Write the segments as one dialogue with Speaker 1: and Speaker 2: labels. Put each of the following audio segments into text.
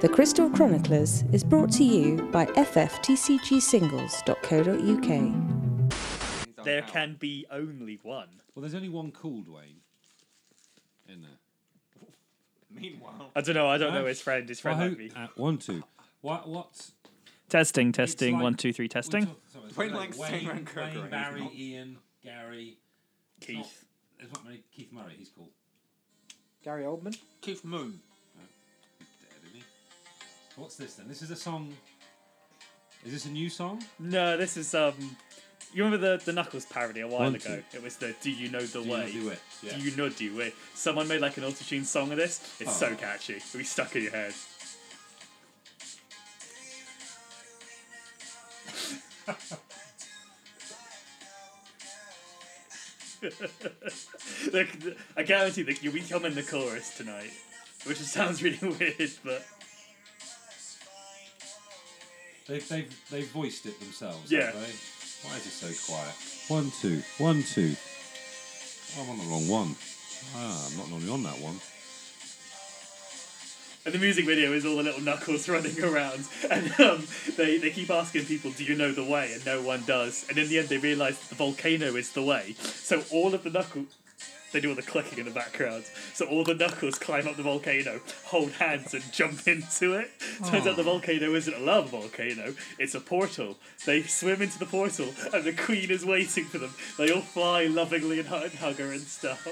Speaker 1: The Crystal Chroniclers is brought to you by ffTCgsingles.co.uk.
Speaker 2: There can be only one.
Speaker 3: Well, there's only one cool Dwayne. In there.
Speaker 4: Meanwhile,
Speaker 2: I don't know. I don't
Speaker 3: No.
Speaker 2: know his friend. His friend
Speaker 3: Well,
Speaker 2: might
Speaker 3: who-
Speaker 2: be.
Speaker 3: uh, one, two. What? What?
Speaker 5: Testing, testing,
Speaker 3: like-
Speaker 5: one, two, three, testing.
Speaker 3: Wayne
Speaker 4: Dwayne Langston
Speaker 3: Wayne,
Speaker 4: and Kirk
Speaker 3: Wayne
Speaker 4: Ryan,
Speaker 3: Barry,
Speaker 4: isn't it?
Speaker 3: Ian, Gary. It's not-
Speaker 2: Keith.
Speaker 3: There's not many. Keith Murray. He's cool.
Speaker 6: Gary Oldman.
Speaker 4: Keith Moon.
Speaker 3: He's dead, isn't he? What's this then? This is a song. Is this a new song?
Speaker 2: No, this is um. You remember the, the Knuckles parody a while
Speaker 3: One,
Speaker 2: ago? It was the Do You Know the
Speaker 3: Do you
Speaker 2: Way?
Speaker 3: do it? Yeah.
Speaker 2: Do You Know Do It? Someone made like an auto tune song of this. It's so
Speaker 3: Oh.
Speaker 2: catchy. It'll be stuck in your head. Look, I guarantee that you'll be humming the chorus tonight, which sounds really weird, but
Speaker 3: They've, they've, they've voiced it themselves,
Speaker 2: Yeah.
Speaker 3: have they? Why is it so quiet? One, two, one, two. Oh, I'm on the wrong one. Ah, I'm not normally on that one.
Speaker 2: And the music video is all the little knuckles running around, and um, they, they keep asking people, "Do you know the way?" And no one does. And in the end, they realise that the volcano is the way. So all of the knuckles, they do all the clicking in the background. So all the knuckles climb up the volcano, hold hands, and jump into it. Turns out the volcano isn't a lava volcano; it's a portal. They swim into the portal, and the queen is waiting for them. They all fly lovingly and hug hug her and stuff.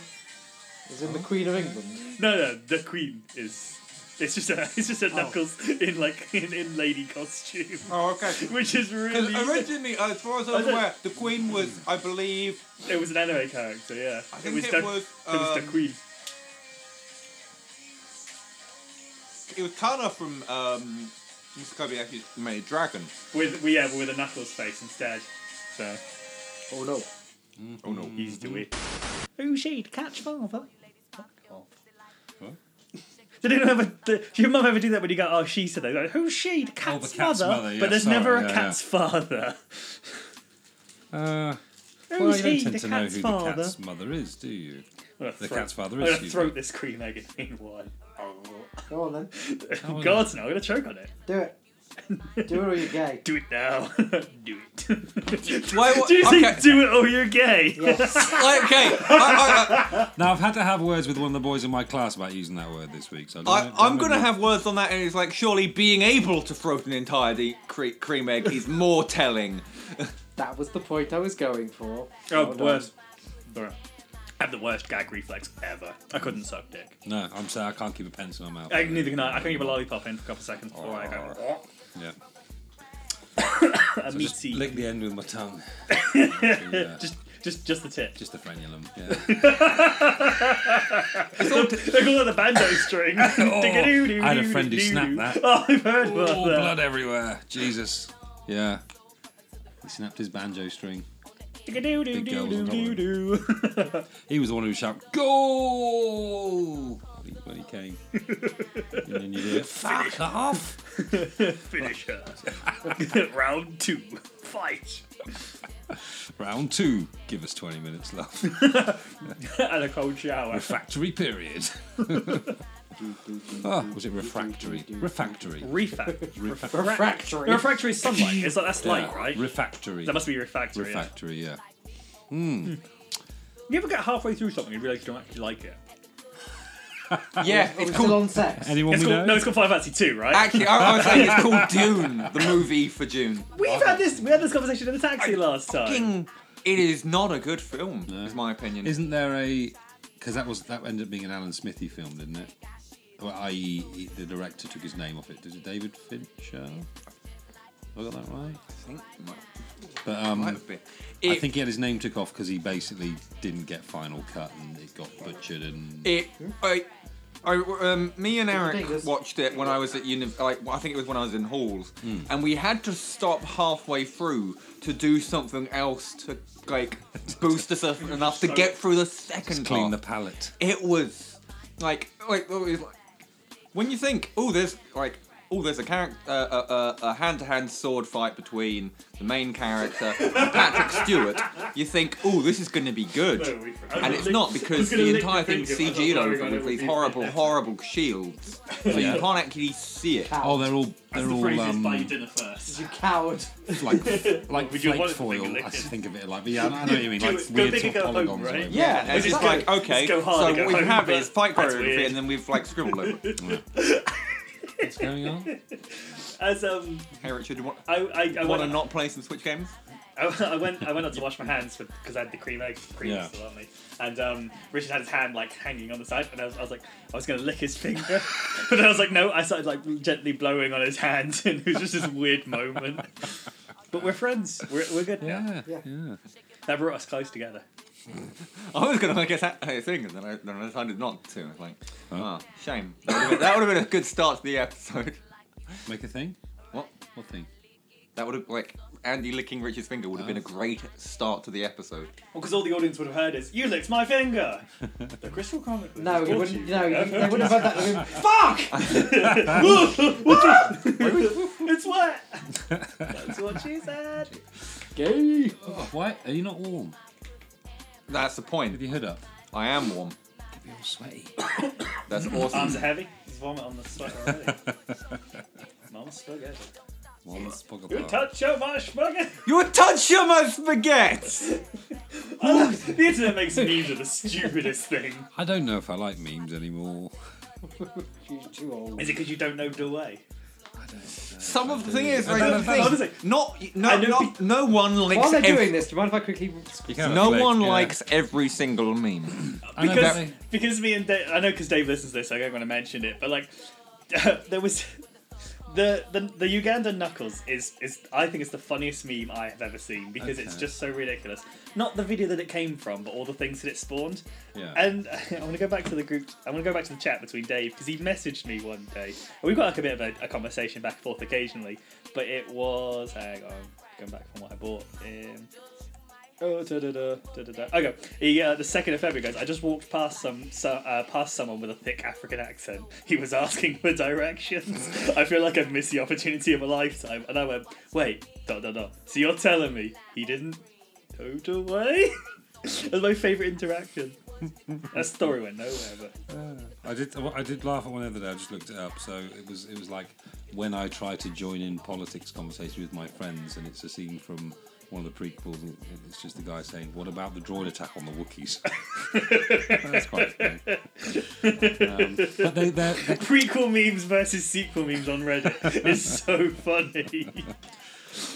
Speaker 6: Is in the Queen of England.
Speaker 2: No, no, the queen is. It's just a, it's just a
Speaker 3: Oh.
Speaker 2: Knuckles in like in, in lady costume,
Speaker 4: Oh, okay.
Speaker 2: which is
Speaker 4: Because
Speaker 2: really.
Speaker 4: originally, as far as I was
Speaker 2: don't-
Speaker 4: aware, the Queen was, I believe,
Speaker 2: It was an anime character, yeah.
Speaker 4: I think
Speaker 2: was
Speaker 4: it
Speaker 2: the,
Speaker 4: was,
Speaker 2: it was the
Speaker 4: um,
Speaker 2: queen.
Speaker 4: it was Kana from um, Mr. Kobayashi made a dragon.
Speaker 2: With we yeah, but with a Knuckles face instead. So
Speaker 6: Oh no.
Speaker 4: Oh no.
Speaker 2: easy
Speaker 3: Mm-hmm.
Speaker 2: to win.
Speaker 5: Who she'd catch father?
Speaker 2: Did anyone ever? Did your mum ever do that when you go? Oh, she said that. Like, Who's she? The cat's,
Speaker 3: Oh, the cat's
Speaker 2: mother.
Speaker 3: mother, yeah,
Speaker 2: but there's
Speaker 3: sorry,
Speaker 2: never a
Speaker 3: yeah, yeah.
Speaker 2: cat's father.
Speaker 3: Uh,
Speaker 2: Who's
Speaker 3: well, you don't
Speaker 2: he?
Speaker 3: tend
Speaker 2: The
Speaker 3: to know
Speaker 2: cat's
Speaker 3: who
Speaker 2: father.
Speaker 3: the cat's mother is, do you?
Speaker 2: I'm gonna
Speaker 3: The
Speaker 2: throat-
Speaker 3: cat's father
Speaker 2: I'm
Speaker 3: is
Speaker 2: gonna
Speaker 3: you.
Speaker 2: throat this Queen Magazine one.
Speaker 6: Go on then.
Speaker 3: Oh,
Speaker 2: God's now. I'm gonna choke on it.
Speaker 6: Do it. Do it or you're gay.
Speaker 2: Do it now. do it.
Speaker 4: Why? What,
Speaker 2: do you
Speaker 4: okay.
Speaker 2: think do it or you're gay?
Speaker 6: Yes.
Speaker 4: okay. I,
Speaker 3: Now, I've had to have words with one of the boys in my class about using that word this week. So I
Speaker 4: I,
Speaker 3: don't
Speaker 4: I,
Speaker 3: know-
Speaker 4: I, am
Speaker 3: don't
Speaker 4: gonna
Speaker 3: know.
Speaker 4: have words on that, and it's like surely being able to throat an entire de- cre- cream egg is more telling.
Speaker 6: That was the point I was going
Speaker 2: Oh,
Speaker 6: for. Well done.
Speaker 2: worst. Bruh. I have the worst gag reflex ever. I couldn't suck dick.
Speaker 3: No, I'm sorry, I can't keep a pencil in my mouth.
Speaker 2: I, neither can I. I can keep a lollipop in for a couple of seconds before I go.
Speaker 3: Yeah.
Speaker 2: A
Speaker 3: So just
Speaker 2: meaty. Just,
Speaker 3: lick the end with my tongue.
Speaker 2: just, just, the tip.
Speaker 3: Just the frenulum. Yeah.
Speaker 2: they call it the banjo string.
Speaker 3: Oh,
Speaker 2: Ding-a-doo-doo-doo-doo-doo.
Speaker 3: I had a friend who snapped that.
Speaker 2: Oh, I've heard about
Speaker 3: Oh,
Speaker 2: that.
Speaker 3: blood everywhere. Jesus. Yeah. He snapped his banjo string.
Speaker 2: Ding-a-doo-doo-doo-doo-doo-doo.
Speaker 3: He was the one who shouted, Goal! When he- When he came. and then you hear, Fuck off!
Speaker 2: Finish her. Round two. Fight.
Speaker 3: Round two. Give us 20 minutes left.
Speaker 2: and a cold shower.
Speaker 3: Refractory period. oh, was it refractory? Refractory.
Speaker 2: Refact.
Speaker 3: Refractory.
Speaker 6: Refractory.
Speaker 2: Refractory is sunlight. It's like that's light, right?
Speaker 3: Refractory.
Speaker 2: That must be refractory. yeah.
Speaker 3: Refractory, yeah.
Speaker 2: You ever get halfway through something and realise you don't actually like it?
Speaker 4: Yeah,
Speaker 6: Are we
Speaker 4: it's
Speaker 6: still
Speaker 4: called.
Speaker 6: on sex?
Speaker 3: Anyone
Speaker 2: It's
Speaker 3: we
Speaker 2: called, no,
Speaker 3: know?
Speaker 2: it's called Five Fantasy Two, right?
Speaker 4: Actually, I, I was saying it's called Dune, the movie for June.
Speaker 2: We've had this. We had this conversation in the taxi last time.
Speaker 4: Fucking- It is not a good film, is my opinion.
Speaker 3: Isn't there a? Because that was that ended up being an Alan Smithy film, didn't it? Well, i.e., he- the director took his name off it. Did it David Fincher? I got that right.
Speaker 4: I think it might-
Speaker 3: But um,
Speaker 4: might be.
Speaker 3: I
Speaker 4: It-
Speaker 3: think he had his name took off because he basically didn't get final cut and it got butchered. And
Speaker 4: It. I, I, um, me and Eric
Speaker 6: fingers.
Speaker 4: watched it when I was at uni. Like I think it was when I was in halls,
Speaker 3: Hmm.
Speaker 4: and we had to stop halfway through to do something else to like boost us up enough to get through the second
Speaker 3: clean the
Speaker 4: part.
Speaker 3: palette.
Speaker 4: it was like like, it was like- when you think, oh, there's like. oh, there's a character, uh, uh, uh, a hand-to-hand sword fight between the main character and Patrick Stewart, you think, oh, this is going to be good,
Speaker 2: No, we- I
Speaker 4: and
Speaker 2: was
Speaker 4: it's
Speaker 2: lick-
Speaker 4: not
Speaker 2: I was
Speaker 4: because
Speaker 2: gonna
Speaker 4: the
Speaker 2: lick
Speaker 4: entire
Speaker 2: your
Speaker 4: thing's
Speaker 2: finger, but I
Speaker 4: CG'd
Speaker 2: thought, oh my
Speaker 4: over
Speaker 2: God, it
Speaker 4: with
Speaker 2: would
Speaker 4: these
Speaker 2: be-
Speaker 4: horrible, horrible shields, so you can't actually see it.
Speaker 3: Oh, they're all
Speaker 2: That's
Speaker 3: they're
Speaker 2: the
Speaker 3: all
Speaker 2: phrase
Speaker 3: um,
Speaker 2: is buy your dinner first.
Speaker 6: You coward.
Speaker 3: like like
Speaker 2: Would you
Speaker 3: flake
Speaker 2: want it to be
Speaker 3: foil. I
Speaker 2: liquid?
Speaker 3: think of it like, but yeah, I know what you mean.
Speaker 2: Do
Speaker 3: Like
Speaker 2: it. Go
Speaker 3: weird
Speaker 2: big
Speaker 3: sort
Speaker 2: and go
Speaker 3: of
Speaker 2: home,
Speaker 3: polygons. or
Speaker 2: right?
Speaker 3: whatever.
Speaker 4: Yeah, and it's
Speaker 2: Let's
Speaker 4: just
Speaker 2: go-
Speaker 4: like okay.
Speaker 2: let's go hard
Speaker 4: so
Speaker 2: and go
Speaker 4: what we
Speaker 2: home,
Speaker 4: have
Speaker 2: but
Speaker 4: is fight
Speaker 2: that's
Speaker 4: choreography,
Speaker 2: weird.
Speaker 4: and then we've like scribbled over. it.
Speaker 3: What's going on?
Speaker 2: As um,
Speaker 4: Hey Richard, do you want,
Speaker 2: I I, I
Speaker 4: want to
Speaker 2: went
Speaker 4: not play some Switch games?
Speaker 2: I, I went I went out to wash my hands because I had the cream egg cream
Speaker 3: Yeah.
Speaker 2: still on me, and um, Richard had his hand like hanging on the side, and I was, I was like I was gonna lick his finger, but then I was like no, I started like gently blowing on his hand, and it was just this weird moment. But we're friends. We're, we're good now.
Speaker 3: Yeah,
Speaker 6: Yeah.
Speaker 3: yeah.
Speaker 2: That brought us close together.
Speaker 4: I was gonna make a sa- a thing, and then I, then I decided not to. I was like, ah, shame. That would've been- That would have been a good start to the episode.
Speaker 3: Make a thing.
Speaker 4: What?
Speaker 3: What thing?
Speaker 4: That would have like Andy licking Richard's finger would have been a great start to the episode.
Speaker 2: Well, because all the audience would have heard is you licked my finger. the Crystal Chronicles.
Speaker 6: No,
Speaker 2: is
Speaker 6: you
Speaker 2: brought
Speaker 6: wouldn't.
Speaker 2: to
Speaker 6: No, you, they wouldn't have had that. they would've-
Speaker 2: It's wet. That's what she said.
Speaker 6: Gay.
Speaker 3: Oh, why are you not warm?
Speaker 4: That's the
Speaker 3: With
Speaker 4: point.
Speaker 3: your hood up,
Speaker 4: I am warm.
Speaker 3: you'd be all sweaty.
Speaker 4: That's
Speaker 2: Arms are
Speaker 4: awesome.
Speaker 2: heavy. There's vomit on the sweater already. Mama spaghetti.
Speaker 3: Well, let's bog
Speaker 2: You
Speaker 3: about.
Speaker 2: touch your my spaghetti.
Speaker 4: You were touching my spaghetti.
Speaker 2: The internet makes memes of the stupidest thing.
Speaker 3: I don't know if I like memes anymore.
Speaker 6: She's too old.
Speaker 2: Is it because you don't know the way?
Speaker 3: I don't.
Speaker 4: Some of the thing is, like,
Speaker 2: no,
Speaker 4: the
Speaker 2: no,
Speaker 4: thing-
Speaker 2: honestly.
Speaker 4: not no,
Speaker 2: I know
Speaker 4: not, no one links.
Speaker 6: While they're
Speaker 4: ev-
Speaker 6: doing this, do you mind if I quickly?
Speaker 3: Know.
Speaker 4: no one likes every single meme.
Speaker 3: I know,
Speaker 2: Because
Speaker 3: but
Speaker 2: because me and Dave, I know because Dave listens to this, so I don't want to mention it. But like, there was the, the the Uganda knuckles is is I think it's the funniest meme I have ever seen because it's
Speaker 3: Okay.
Speaker 2: just so ridiculous. Not the video that it came from, but all the things that it spawned.
Speaker 3: Yeah.
Speaker 2: And I want to go back to the group. I want to go back to the chat between Dave because he messaged me one day. And we've got like a bit of a, a conversation back and forth occasionally, but it was hang on, going back from what I bought. Um, Oh, da da da da da da. Okay, he, uh, the second of February, guys. I just walked past some, so, uh, past someone with a thick African accent. He was asking for directions. I feel like I've missed the opportunity of a lifetime, and I went, "Wait, dot dot dot." So you're telling me he didn't go the way? That's my favourite interaction. that story went nowhere, but
Speaker 3: I did. I did laugh at one the other day. I just looked it up. So it was. It was like when I try to join in politics conversation with my friends, and it's a scene from one of the prequels. And it's just the guy saying, "What about the droid attack on the Wookiees?" That's quite funny. Um, but they, they're, they're
Speaker 2: prequel memes versus sequel memes on Reddit is so funny.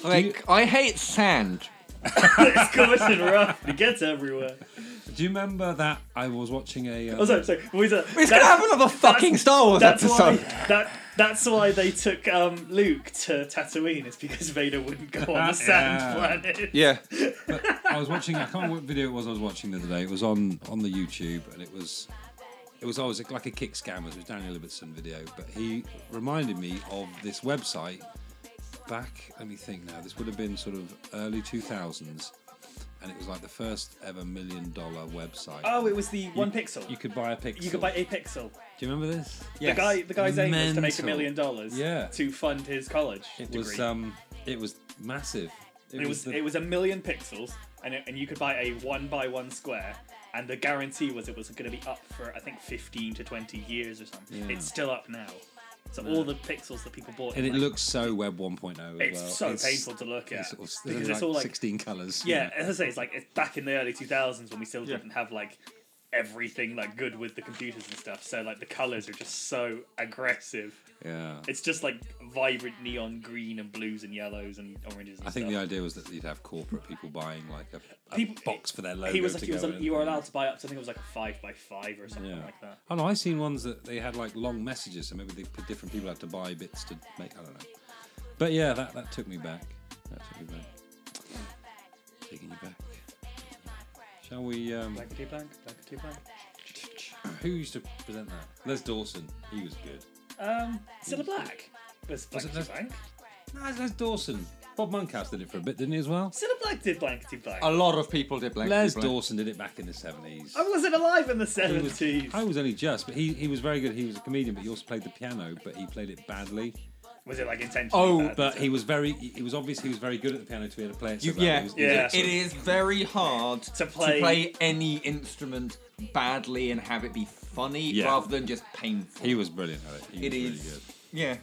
Speaker 4: Like, I hate sand.
Speaker 2: it's covered in rough. It gets everywhere.
Speaker 3: Do you remember that I was watching a? Um,
Speaker 2: Oh, sorry, sorry. What was that?
Speaker 4: It's
Speaker 2: That's-
Speaker 4: gonna have another fucking Star Wars
Speaker 2: That's why
Speaker 4: episode.
Speaker 2: that that's why they took um, Luke to Tatooine is because Vader wouldn't go on the sand
Speaker 3: Uh-huh. Yeah.
Speaker 2: planet.
Speaker 4: Yeah,
Speaker 3: I was watching. I can't remember what video it was. I was watching the other day. It was on on the YouTube, and it was it was always like a kick scammers. It was Daniel Ibbotson video, but he reminded me of this website back. Let me think now. This would have been sort of early two thousands, and it was like the first ever million dollar website.
Speaker 2: Oh, it was the one pixel.
Speaker 3: You
Speaker 2: You,
Speaker 3: could buy a pixel.
Speaker 2: could buy a pixel.
Speaker 3: Do you remember this?
Speaker 4: Yes.
Speaker 2: The guy the guy's aim was to make a
Speaker 3: Mental.
Speaker 2: million dollars
Speaker 3: Yeah.
Speaker 2: to fund his college
Speaker 3: It
Speaker 2: degree.
Speaker 3: was um, it was massive.
Speaker 2: it was
Speaker 3: the-
Speaker 2: it was a million pixels and it, and you could buy a one by one square. And the guarantee was it was going to be up for I think fifteen to twenty years or something.
Speaker 3: Yeah.
Speaker 2: It's still up now. So all the pixels that people bought,
Speaker 3: and it
Speaker 2: like,
Speaker 3: looks so web 1.0 as
Speaker 2: it's
Speaker 3: well.
Speaker 2: so painful to look at
Speaker 3: It's sort of-
Speaker 2: because
Speaker 3: they're
Speaker 2: it's all like
Speaker 3: 16 colors.
Speaker 2: Yeah, as I say, it's like it's back in the early 2000s when we still didn't have like everything like good with the computers and stuff. So like the colors are just so aggressive.
Speaker 3: yeah.
Speaker 2: It's just like vibrant neon green and blues and yellows and oranges. And
Speaker 3: I think the
Speaker 2: stuff.
Speaker 3: idea was that you'd have corporate people buying like a, a
Speaker 2: People-
Speaker 3: box for their logo.
Speaker 2: he was
Speaker 3: to
Speaker 2: like he was
Speaker 3: go
Speaker 2: like,
Speaker 3: in.
Speaker 2: you were allowed to buy up. to- I think it was like a five by five or something
Speaker 3: Yeah.
Speaker 2: like that.
Speaker 3: Oh no, I seen ones that they had like long messages, so maybe they, different people had to buy bits to make. I don't know. But yeah, that, that took me back. That took me back. Taking you back. Shall we? Um,
Speaker 2: Blankety blank, blankety blank.
Speaker 3: who used to present that? Les Dawson. He was good.
Speaker 2: Um, Cilla Black was
Speaker 3: Mm. Was it
Speaker 2: blankety blank.
Speaker 3: No, it's Les Dawson. Bob Monkhouse did it for a bit, didn't he as well?
Speaker 2: Cilla Black did blankety blank.
Speaker 4: a lot of people did blank.
Speaker 3: Les
Speaker 4: blank.
Speaker 3: Dawson did it back in the seventies.
Speaker 2: I wasn't alive in the
Speaker 3: He was-
Speaker 2: 70s.
Speaker 3: I was only just, but he, he was very good. He was a comedian, but he also played the piano, but he played it badly.
Speaker 2: Was it like intentional?
Speaker 4: Oh,
Speaker 2: bad?
Speaker 3: But he was very. It was obvious he was very good at the piano to be able to play it. So
Speaker 4: You-
Speaker 3: badly.
Speaker 4: yeah,
Speaker 3: It was-
Speaker 2: Yeah.
Speaker 4: It is very hard
Speaker 2: To play-
Speaker 4: any instrument badly and have it be funny
Speaker 3: Yeah.
Speaker 4: rather than just painful.
Speaker 3: He was brilliant at it. He
Speaker 4: it
Speaker 3: was really
Speaker 4: is.
Speaker 3: good.
Speaker 4: Yeah.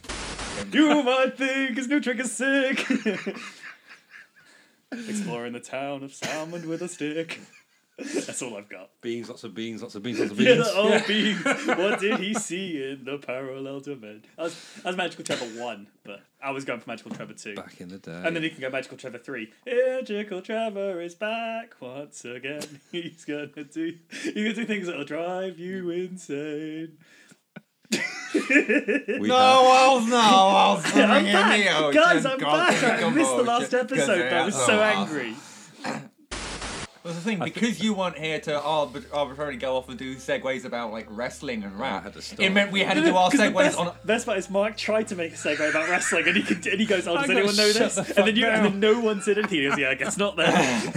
Speaker 2: Do my thing, cause no trick is sick. Exploring the town of Salmon with a stick. That's all I've got.
Speaker 3: Beans, lots of beans, lots of beans, lots of
Speaker 2: Yeah, oh.
Speaker 3: beans.
Speaker 2: the old beans. What did he see in the parallel dimension? That was, that was Magical Trevor 1, but I was going for Magical Trevor 2.
Speaker 3: Back in the day.
Speaker 2: And then you can go Magical Trevor 3. Magical Trevor is back once again. He's gonna do he's gonna do things that'll drive you insane.
Speaker 3: we
Speaker 4: No,
Speaker 3: have-
Speaker 4: Oh, well, no, well,
Speaker 2: I'm
Speaker 4: bring it
Speaker 2: back!
Speaker 4: here, oh,
Speaker 2: Guys,
Speaker 4: Jim,
Speaker 2: I'm
Speaker 4: God,
Speaker 2: back! I
Speaker 4: come
Speaker 2: missed the
Speaker 4: on,
Speaker 2: last
Speaker 4: Jim,
Speaker 2: episode,
Speaker 4: because
Speaker 2: but I was
Speaker 4: that's all
Speaker 2: so angry.
Speaker 4: Well, the thing, because you weren't here to oh, arbit- arbitrarily go off and do segues about like wrestling and
Speaker 3: I
Speaker 4: rap,
Speaker 3: had to stop.
Speaker 4: it meant we Oh, had to do our
Speaker 2: 'Cause the
Speaker 4: segues
Speaker 2: best,
Speaker 4: on.
Speaker 2: best part is Mark tried to make a segue about wrestling and he, could, and he goes, Oh, does
Speaker 3: gotta
Speaker 2: anyone know
Speaker 3: shut
Speaker 2: this?
Speaker 3: the
Speaker 2: and then you and then no one said anything. He goes, Yeah, I guess not then.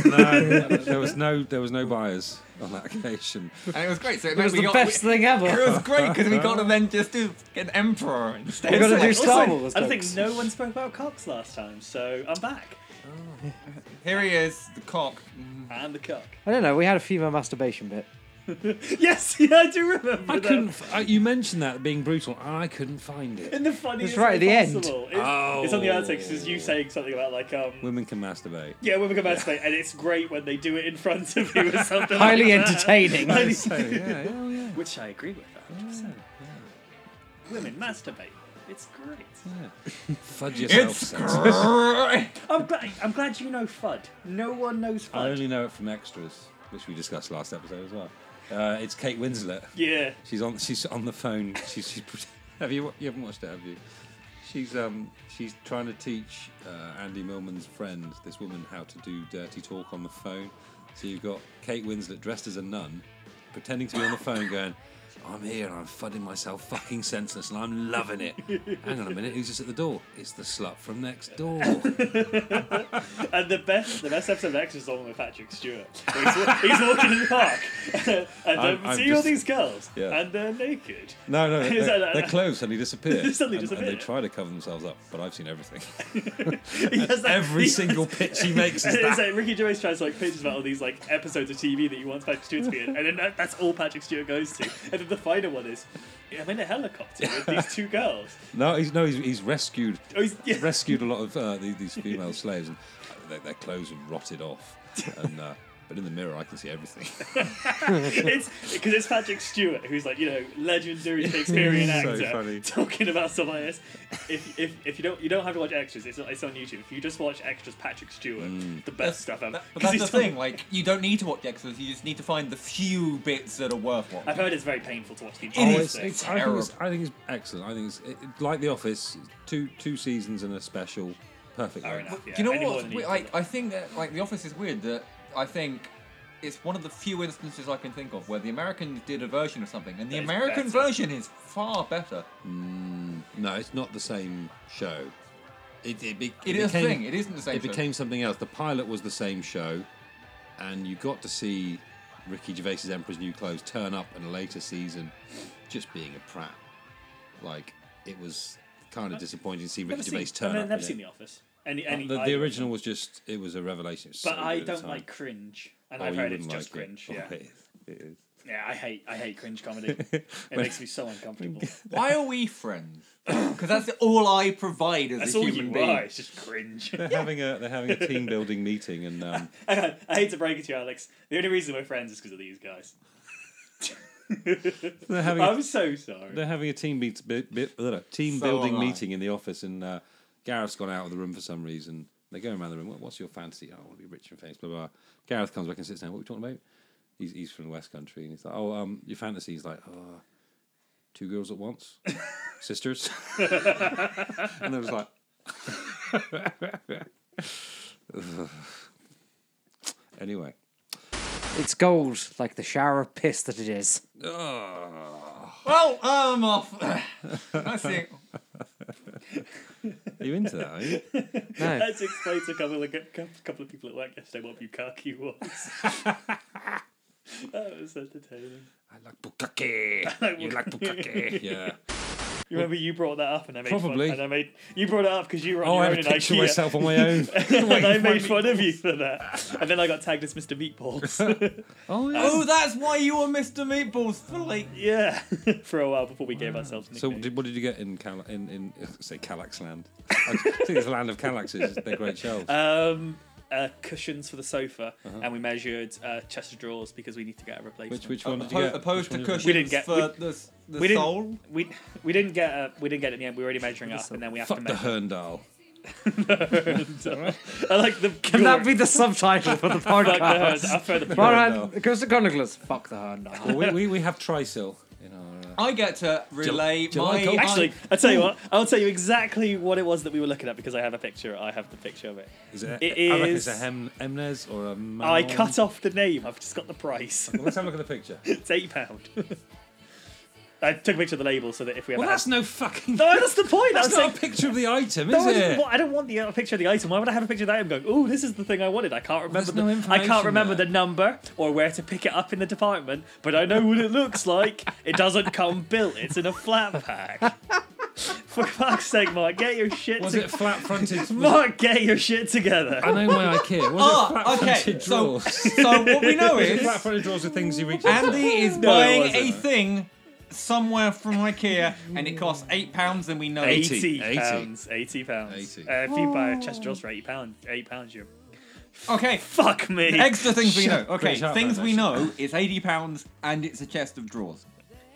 Speaker 3: no, there was no, there was no buyers on that occasion.
Speaker 4: And it was great. So it,
Speaker 6: It
Speaker 4: meant
Speaker 6: was
Speaker 4: we
Speaker 6: the
Speaker 4: got,
Speaker 6: best
Speaker 4: we-
Speaker 6: thing ever.
Speaker 4: It was great because we got to then just do an emperor instead.
Speaker 6: We're gonna do
Speaker 2: Also,
Speaker 6: Star Wars.
Speaker 2: I don't think
Speaker 6: folks.
Speaker 2: no one spoke about Cox last time, so I'm back.
Speaker 4: Here he is, the cock.
Speaker 2: And the cock.
Speaker 6: I don't know. We had a female masturbation bit.
Speaker 2: Yes, yeah, I do remember.
Speaker 3: I
Speaker 2: that.
Speaker 3: couldn't. f- uh, You mentioned that being brutal, and I couldn't find it.
Speaker 2: In the funniest
Speaker 6: It's right
Speaker 2: way
Speaker 6: at the end. Oh.
Speaker 2: possible. It's, it's on the outtakes. It's you saying something about like um.
Speaker 3: Women can masturbate.
Speaker 2: Yeah, women come out and it's great when they do it in front of you or something.
Speaker 6: Highly
Speaker 2: like that.
Speaker 6: entertaining.
Speaker 2: Highly-
Speaker 3: So, yeah, yeah, oh, yeah.
Speaker 2: Which I agree with. 100%. Women masturbate. It's great.
Speaker 3: Fudge yourself.
Speaker 4: It's
Speaker 3: Sans.
Speaker 4: great.
Speaker 2: I'm glad. I'm glad you know FUD. No one knows
Speaker 3: I
Speaker 2: FUD.
Speaker 3: only know it from extras, which we discussed last episode as well. Uh, it's Kate Winslet.
Speaker 2: Yeah.
Speaker 3: She's on. She's on the phone. She's. she's pre- have you? You haven't watched it, have you? She's um. She's trying to teach uh, Andy Millman's friend, this woman, how to do dirty talk on the phone. So you've got Kate Winslet dressed as a nun, pretending to be on the phone, going, "I'm here and I'm fudding myself, fucking senseless, and I'm loving it." Hang on a minute, who's just at the door? It's the slut from next door.
Speaker 2: And the best, the best episode of X is the one with Patrick Stewart. Where He's, wa- he's walking in the park, and um,
Speaker 3: I'm- I'm
Speaker 2: see all
Speaker 3: just-
Speaker 2: these girls,
Speaker 3: Yeah.
Speaker 2: and they're naked.
Speaker 3: No, no,
Speaker 2: Is that-
Speaker 3: their, their clothes suddenly disappear.
Speaker 2: They suddenly
Speaker 3: and, And
Speaker 2: disappear.
Speaker 3: they try to cover themselves up, but I've seen everything.
Speaker 2: He has that-
Speaker 3: Every
Speaker 2: he-
Speaker 3: single pitch he makes is
Speaker 2: And it's
Speaker 3: that.
Speaker 2: like Ricky Gervais tries to like pitches about all these like episodes of TV that you want Patrick Stewart to be in, and then that, that's all Patrick Stewart goes to. And then the final one is, I'm in a helicopter with these two girls.
Speaker 3: No, he's no, he's, he's rescued.
Speaker 2: Oh, he's- yeah.
Speaker 3: rescued a lot of uh, these, these female slaves, and uh, their, their clothes have rotted off. And uh, but in the mirror, I can see everything.
Speaker 2: It's because it's Patrick Stewart who's like you know legendary Shakespearean
Speaker 3: So
Speaker 2: actor
Speaker 3: funny.
Speaker 2: talking about stuff like this. If, if, if you don't you don't have to watch extras, it's, it's on YouTube. If you just watch extras, Patrick Stewart,
Speaker 3: Mm.
Speaker 2: the best stuff ever.
Speaker 4: That- but
Speaker 2: 'Cause
Speaker 4: that's the
Speaker 2: he's
Speaker 4: thing. Like, you don't need to watch the extras. You just need to find the few bits that are worth
Speaker 2: I've
Speaker 4: watching.
Speaker 2: heard it's very painful to watch the
Speaker 4: It
Speaker 2: entire
Speaker 4: is.
Speaker 2: thing.
Speaker 4: It's
Speaker 3: I think Oh, it's,
Speaker 4: terrible.
Speaker 3: I think it's excellent. I think it's it, it- like The Office, two two seasons and a special, perfect.
Speaker 2: Fair
Speaker 3: length.
Speaker 2: enough. Yeah,
Speaker 4: Do you
Speaker 2: any
Speaker 4: know
Speaker 2: more
Speaker 4: what?
Speaker 2: than
Speaker 4: we-
Speaker 2: you
Speaker 4: Like, I think that like The Office is weird. That I think it's one of the few instances I can think of where the Americans did a version of something, and the
Speaker 2: That is
Speaker 4: American
Speaker 2: better.
Speaker 4: version is far better.
Speaker 3: No, it's not the same show. It, it, be,
Speaker 4: It
Speaker 3: it
Speaker 4: is a
Speaker 3: became-
Speaker 4: thing. It isn't the same.
Speaker 3: it
Speaker 4: show.
Speaker 3: became something else. The pilot was the same show, and you got to see Ricky Gervais's Emperor's New Clothes turn up in a later season, just being a prat. Like it was kind of disappointing to see
Speaker 2: Never
Speaker 3: Ricky
Speaker 2: seen,
Speaker 3: Gervais turn
Speaker 2: I've
Speaker 3: up.
Speaker 2: never
Speaker 3: in
Speaker 2: seen
Speaker 3: it. Uh,
Speaker 2: The Office. Any, any
Speaker 3: the,
Speaker 2: either
Speaker 3: the
Speaker 2: of
Speaker 3: original
Speaker 2: them.
Speaker 3: was just it was a revelation. It was
Speaker 2: But
Speaker 3: so
Speaker 2: I
Speaker 3: good at the
Speaker 2: don't
Speaker 3: time.
Speaker 2: like cringe, and
Speaker 3: Oh,
Speaker 2: I've
Speaker 3: you
Speaker 2: heard it's
Speaker 3: wouldn't
Speaker 2: just
Speaker 3: like it.
Speaker 2: cringe. Yeah,
Speaker 3: Oh, it is. It is.
Speaker 2: yeah, I hate I hate cringe comedy. It makes me so uncomfortable.
Speaker 4: Why are we friends? Because that's all I provide as
Speaker 2: That's
Speaker 4: a
Speaker 2: all
Speaker 4: human
Speaker 2: you
Speaker 4: being.
Speaker 2: are. It's just cringe.
Speaker 3: They're having a they're having a team building meeting and um,
Speaker 2: Hang on, I hate to break it to you, Alex. The only reason we're friends is because of these guys.
Speaker 3: they're having a
Speaker 2: I'm so sorry.
Speaker 3: They're having a team beat, bit, bit, uh, team
Speaker 4: So
Speaker 3: building
Speaker 4: am I.
Speaker 3: meeting in the office, and uh, Gareth's gone out of the room for some reason. They're going around the room. "What- What's your fantasy? Oh, I want to be rich and famous. Blah blah. blah. Gareth comes back and sits down. What are we talking about? He's, he's from the West Country, and he's like, "Oh, um, your fantasy?" He's like, "Oh, two girls at once, sisters." and I was like, anyway.
Speaker 6: It's gold, like the shower of piss that it is.
Speaker 4: Well, I'm off. that's it.
Speaker 3: Are you into that? Are you?
Speaker 6: No,
Speaker 2: Let's explain to a couple of, a couple of people at work yesterday what bukkake was. that was entertaining.
Speaker 3: I like bukkake. you like bukkake. yeah.
Speaker 2: You remember you brought that up, and I made
Speaker 3: Probably.
Speaker 2: Fun, and I made you brought it up because you were on
Speaker 3: Oh,
Speaker 2: your
Speaker 3: I
Speaker 2: own
Speaker 3: had
Speaker 2: in
Speaker 3: a picture
Speaker 2: IKEA,
Speaker 3: of myself on my own. Oh,
Speaker 2: and I made fun of you for that. And then I got tagged as Mr. Meatballs.
Speaker 3: oh, yeah.
Speaker 4: Oh, that's why you were Mr. Meatballs for like.
Speaker 2: yeah, for a while before we gave ourselves.
Speaker 3: So,
Speaker 2: Nicknames.
Speaker 3: did, what did you get in Cal- in, in say Calax land? I think it's the land of Calaxes. They're great shelves.
Speaker 2: um, uh, cushions for the sofa, and we measured uh, chest of drawers because we need to get a replacement.
Speaker 3: Uh-huh. which which one did you
Speaker 4: Oppo-
Speaker 3: get?
Speaker 4: opposed
Speaker 3: Which
Speaker 4: to
Speaker 3: one did
Speaker 4: cushions
Speaker 3: you
Speaker 2: We didn't get-
Speaker 4: for
Speaker 2: we-
Speaker 4: the, the
Speaker 2: we didn't-
Speaker 4: soul.
Speaker 2: we we didn't get a, we didn't get it in the end. We were already measuring up, and then we have to
Speaker 3: get?
Speaker 2: measure.
Speaker 3: Fuck the Herndal.
Speaker 2: I like the
Speaker 6: Can that be the subtitle for the
Speaker 2: Fuck the herd.
Speaker 6: podcast?
Speaker 2: I've heard the
Speaker 6: All
Speaker 2: Fuck
Speaker 6: right, it goes to Chronicles. Fuck the hand.
Speaker 3: Well, we, we, we have Trisil in our. Uh,
Speaker 4: I get to relay
Speaker 3: do you
Speaker 4: my.
Speaker 3: like old-
Speaker 2: Actually, I'll tell you what. I'll tell you exactly what it was that we were looking at because I have a picture. I have the picture of it.
Speaker 3: is it,
Speaker 2: It
Speaker 3: I reckon
Speaker 2: is-
Speaker 3: it's a Hem, Emnes or a. Man.
Speaker 2: I cut off the name. I've just got the price.
Speaker 3: Well, let's have a look at the picture.
Speaker 2: It's eight pound. I took a picture of the label so that if we ever
Speaker 3: Well,
Speaker 2: have
Speaker 3: that's no fucking.
Speaker 2: no, that's the point.
Speaker 3: that's
Speaker 2: I'm
Speaker 3: not
Speaker 2: saying.
Speaker 3: a picture of the item,
Speaker 2: No,
Speaker 3: is
Speaker 2: I,
Speaker 3: it?
Speaker 2: didn't want, I don't want the uh, picture of the item. Why would I have a picture of the item? Going, oh, this is the thing I wanted. I can't remember.
Speaker 3: there's no
Speaker 2: the, I
Speaker 3: information
Speaker 2: can't remember
Speaker 3: there.
Speaker 2: the number or where to pick it up in the department. But I know what it looks like. It doesn't come built. It's in a flat pack. For fuck's sake, Mark, get your shit.
Speaker 3: Was
Speaker 2: to-
Speaker 3: it flat fronted?
Speaker 2: Mark, get your shit together.
Speaker 3: I know my IKEA. Was
Speaker 4: Ah,
Speaker 3: it flat
Speaker 4: okay.
Speaker 3: fronted
Speaker 4: So,
Speaker 3: drawers?
Speaker 4: so what we know is
Speaker 3: flat fronted drawers are things you reach.
Speaker 4: Andy is
Speaker 2: No, it
Speaker 4: buying
Speaker 2: wasn't.
Speaker 4: a thing somewhere from IKEA, and it costs eight pounds, and we know.
Speaker 3: Eight.
Speaker 2: 80,
Speaker 3: 80.
Speaker 2: pounds. 80 pounds.
Speaker 3: 80.
Speaker 2: Uh, if you buy a chest of drawers for 80 pounds, 8 pounds, you're.
Speaker 4: Okay.
Speaker 2: Fuck me.
Speaker 4: Extra things we know.
Speaker 3: Shut-
Speaker 4: Okay,
Speaker 3: British
Speaker 4: things
Speaker 3: Heartland,
Speaker 4: we know is eighty pounds, and it's a chest of drawers.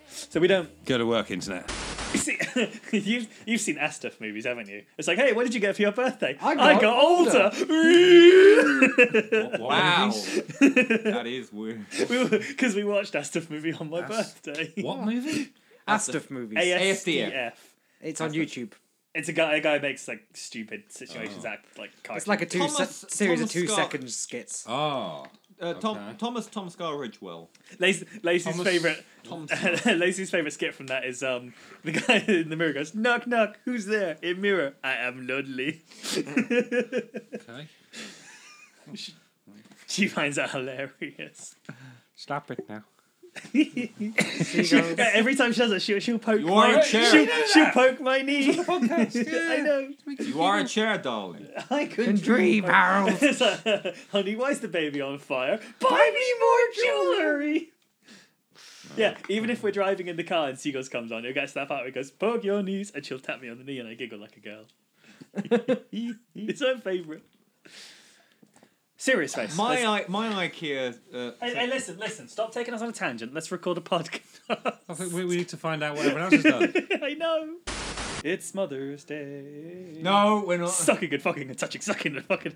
Speaker 2: so we don't.
Speaker 3: Go to work, internet.
Speaker 2: See, you've, you've seen Astuff movies, haven't you? It's like, hey, what did you get for your birthday?
Speaker 6: I got
Speaker 2: older.
Speaker 4: Wow, that is weird.
Speaker 2: Because we watched Astuff movie on my
Speaker 3: Ast-
Speaker 2: birthday.
Speaker 3: What movie?
Speaker 6: Astuff movies.
Speaker 4: ASDF.
Speaker 6: It's on YouTube.
Speaker 2: It's a guy. A guy makes like stupid situations act like.
Speaker 6: It's like a two
Speaker 4: Thomas-
Speaker 6: se- series
Speaker 4: Thomas
Speaker 6: of two
Speaker 4: Scott.
Speaker 6: second skits.
Speaker 3: Oh.
Speaker 4: Uh, Tom,
Speaker 3: Okay.
Speaker 4: Thomas Tom Scar Ridgewell.
Speaker 2: Lacey, Lacey's
Speaker 3: Thomas-
Speaker 2: favorite.
Speaker 4: Tom
Speaker 2: Lacey's favorite skit from that is um the guy in the mirror goes knock knock who's there in mirror I am lonely.
Speaker 3: Okay.
Speaker 2: She finds that hilarious.
Speaker 3: Stop it now.
Speaker 2: Yeah, every time she does it, she, she'll poke
Speaker 4: You are
Speaker 2: my
Speaker 4: a chair.
Speaker 2: she'll, she'll poke my knee. I
Speaker 3: I
Speaker 2: know.
Speaker 4: You are a chair, darling.
Speaker 2: I
Speaker 6: And
Speaker 2: could
Speaker 6: Dream Harold.
Speaker 2: It's like, honey, why is the baby on fire? Buy me more jewelry. Yeah, even if we're driving in the car and Seagulls comes on, it gets that part where it goes, poke your knees, and she'll tap me on the knee and I giggle like a girl. it's her favourite. Serious face.
Speaker 4: My
Speaker 2: Let's-
Speaker 4: I, my IKEA. Uh,
Speaker 2: Hey, hey, listen, listen, stop taking us on a tangent. Let's record a podcast.
Speaker 3: think we, we need to find out what everyone else has done.
Speaker 2: I know. It's Mother's Day.
Speaker 4: no, we're not.
Speaker 2: Sucking and fucking and touching, sucking and fucking.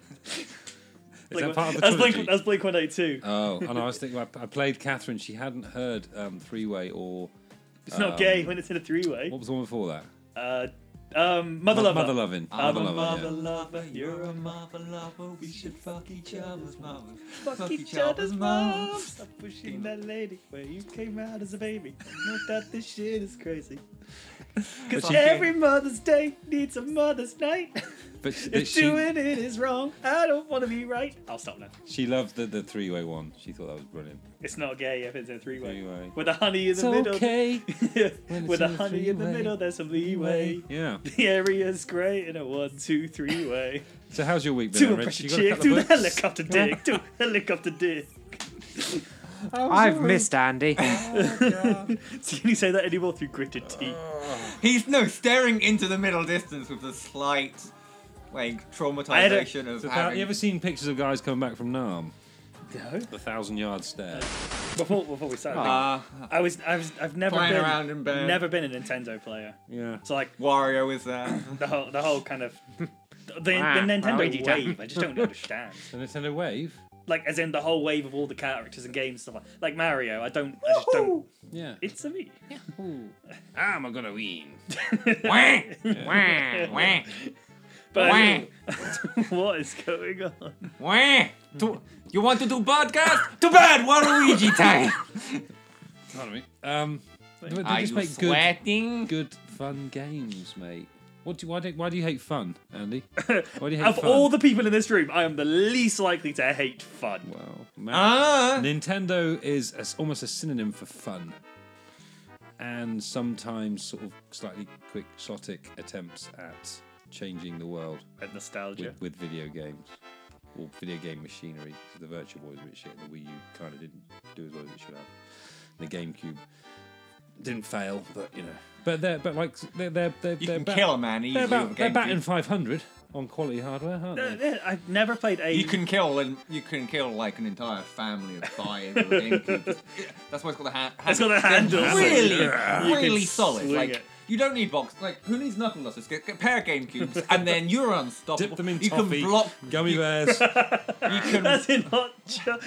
Speaker 3: Is that part of the
Speaker 2: that's Blink,
Speaker 3: trilogy?
Speaker 2: that's Blink 182.
Speaker 3: Oh, and I was thinking, I I played Catherine. She hadn't heard um, Three Way or
Speaker 2: It's
Speaker 3: Um,
Speaker 2: not gay when it's in a three-way.
Speaker 3: what was the one before that?
Speaker 2: Uh, um, mother lover.
Speaker 3: Mother Loving.
Speaker 2: I'm
Speaker 3: Mother
Speaker 2: a mother
Speaker 3: Loving. yeah.
Speaker 2: lover. You're a
Speaker 4: mother lover. We should fuck each other's mothers.
Speaker 2: fuck each other's mom. Stop pushing that lady where you came out as a baby. No doubt this shit is crazy. Because
Speaker 3: she-
Speaker 2: every Mother's Day needs a Mother's Night.
Speaker 3: But she,
Speaker 2: If
Speaker 3: she,
Speaker 2: doing it is wrong, I don't want to be right. I'll stop now.
Speaker 3: she loved the, the Three Way one. She thought that was brilliant.
Speaker 2: It's not gay if it's in a three-way.
Speaker 3: Three-way.
Speaker 2: With a honey in the middle. With a
Speaker 3: in a
Speaker 2: honey in the
Speaker 3: three-way.
Speaker 2: middle, there's some leeway.
Speaker 3: Yeah.
Speaker 2: The area's great in a one, two, three way.
Speaker 3: So how's your week been,
Speaker 2: Do
Speaker 3: then,
Speaker 2: a
Speaker 3: Rich?
Speaker 2: pressure
Speaker 3: You got a
Speaker 2: chick,
Speaker 3: couple
Speaker 2: do the
Speaker 3: of books?
Speaker 2: helicopter dick, do a helicopter dick.
Speaker 6: I've missed Andy.
Speaker 2: So Can you say that anymore through gritted teeth?
Speaker 4: He's no staring into the middle distance with the slight, like
Speaker 2: had a-
Speaker 4: traumatization of
Speaker 3: So thou-
Speaker 4: having.
Speaker 3: you ever seen pictures of guys coming back from Nam?
Speaker 2: No.
Speaker 3: The thousand yard stare.
Speaker 2: Before, before we started,
Speaker 4: uh,
Speaker 2: I was I was I've never
Speaker 4: Playing
Speaker 2: been
Speaker 4: around uh, in bed.
Speaker 2: never been a Nintendo player.
Speaker 3: Yeah.
Speaker 2: So like
Speaker 4: Wario is there.
Speaker 2: the whole the whole kind of the, the
Speaker 6: Wow,
Speaker 2: Nintendo
Speaker 6: Luigi time.
Speaker 2: wave. I just don't understand.
Speaker 3: The Nintendo Wave.
Speaker 2: Like as in the whole wave of all the characters and games stuff like, like Mario. I don't I just don't.
Speaker 3: Yeah.
Speaker 2: It's a me.
Speaker 6: Ah,
Speaker 3: I'm gonna win.
Speaker 6: Wah, wah, wah,
Speaker 2: But
Speaker 6: wah,
Speaker 2: what is going on?
Speaker 6: wah.
Speaker 4: Do- you want to do podcast? Too bad, Waluigi time.
Speaker 3: Pardon me. Um, they they
Speaker 4: Are
Speaker 3: just
Speaker 4: you
Speaker 3: make good,
Speaker 4: sweating?
Speaker 3: good, fun games, mate. What do why do why do you hate fun, Andy? Why do you hate
Speaker 2: Of
Speaker 3: fun?
Speaker 2: all the people in this room, I am the least likely to hate fun.
Speaker 3: Wow, man.
Speaker 4: Ah.
Speaker 3: Nintendo is a s almost a synonym for fun. and sometimes sort of slightly quixotic attempts at changing the world
Speaker 2: and nostalgia.
Speaker 3: with, with video games or video game machinery. 'cause the Virtual Boy was a bit shit, and the Wii U kind of didn't do as well as it should have. And the GameCube didn't fail, but you know, but they're but like they're they're they're,
Speaker 4: You
Speaker 3: they're
Speaker 4: can kill a man easily
Speaker 3: They're,
Speaker 4: with a
Speaker 3: they're
Speaker 4: GameCube.
Speaker 3: batting 500 on quality hardware, aren't
Speaker 2: Uh,
Speaker 3: they?
Speaker 2: yeah, I've never played a.
Speaker 4: You can kill and you can kill like an entire family of five. with a GameCube. That's why it's got the hand.
Speaker 2: It's got the handle.
Speaker 4: Really,
Speaker 2: You can
Speaker 4: really solid.
Speaker 2: swing
Speaker 4: Like
Speaker 2: it.
Speaker 4: you don't need box. Like who needs knuckle dusters? Get, get a pair of GameCubes and then you're unstoppable.
Speaker 3: Dip them in
Speaker 4: you
Speaker 3: toffee,
Speaker 4: can block.
Speaker 3: gummy bears.
Speaker 4: You can
Speaker 2: That's in hot. Cho-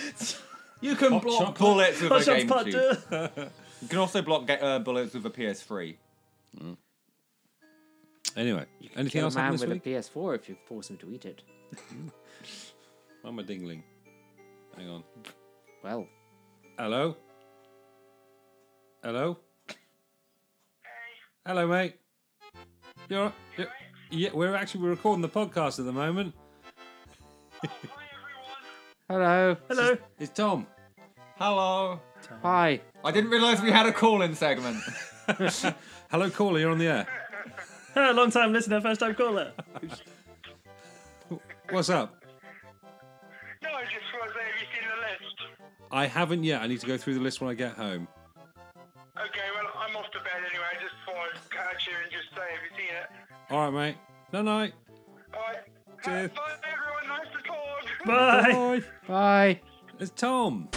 Speaker 4: you can
Speaker 3: Hot
Speaker 4: block
Speaker 3: chocolate.
Speaker 4: bullets with
Speaker 2: hot
Speaker 4: a
Speaker 2: shots part
Speaker 4: GameCube.
Speaker 2: two.
Speaker 4: You can also block ga- uh, bullets with a PS3.
Speaker 3: anyway, anything
Speaker 6: Kill
Speaker 3: else
Speaker 6: a man
Speaker 3: happened
Speaker 6: with
Speaker 3: this
Speaker 6: a
Speaker 3: week?
Speaker 6: PS4 if you force him to eat it.
Speaker 3: I'm a dingling. Hang on.
Speaker 6: Well,
Speaker 3: Hello. Hello. Hello, mate. You're, you yeah. We're actually we're recording the podcast at the moment.
Speaker 6: hello.
Speaker 2: Hello.
Speaker 3: It's Tom.
Speaker 4: Hello.
Speaker 6: Hi.
Speaker 4: I didn't realise we had a call-in segment.
Speaker 3: Hello, caller. You're on the air.
Speaker 2: Hello, long time listener, first time caller.
Speaker 3: What's up?
Speaker 7: No, I just was there. Have you seen the list?
Speaker 3: I haven't yet. I need to go through the list when I get home.
Speaker 7: Okay, well, I'm off to bed anyway. I just thought I'd catch you and just say, have you seen it?
Speaker 3: All right, mate. No, night.
Speaker 7: All right.
Speaker 3: Cheers.
Speaker 7: Have fun, everyone. Nice to talk.
Speaker 2: Bye.
Speaker 3: Bye.
Speaker 6: Bye.
Speaker 3: It's Tom.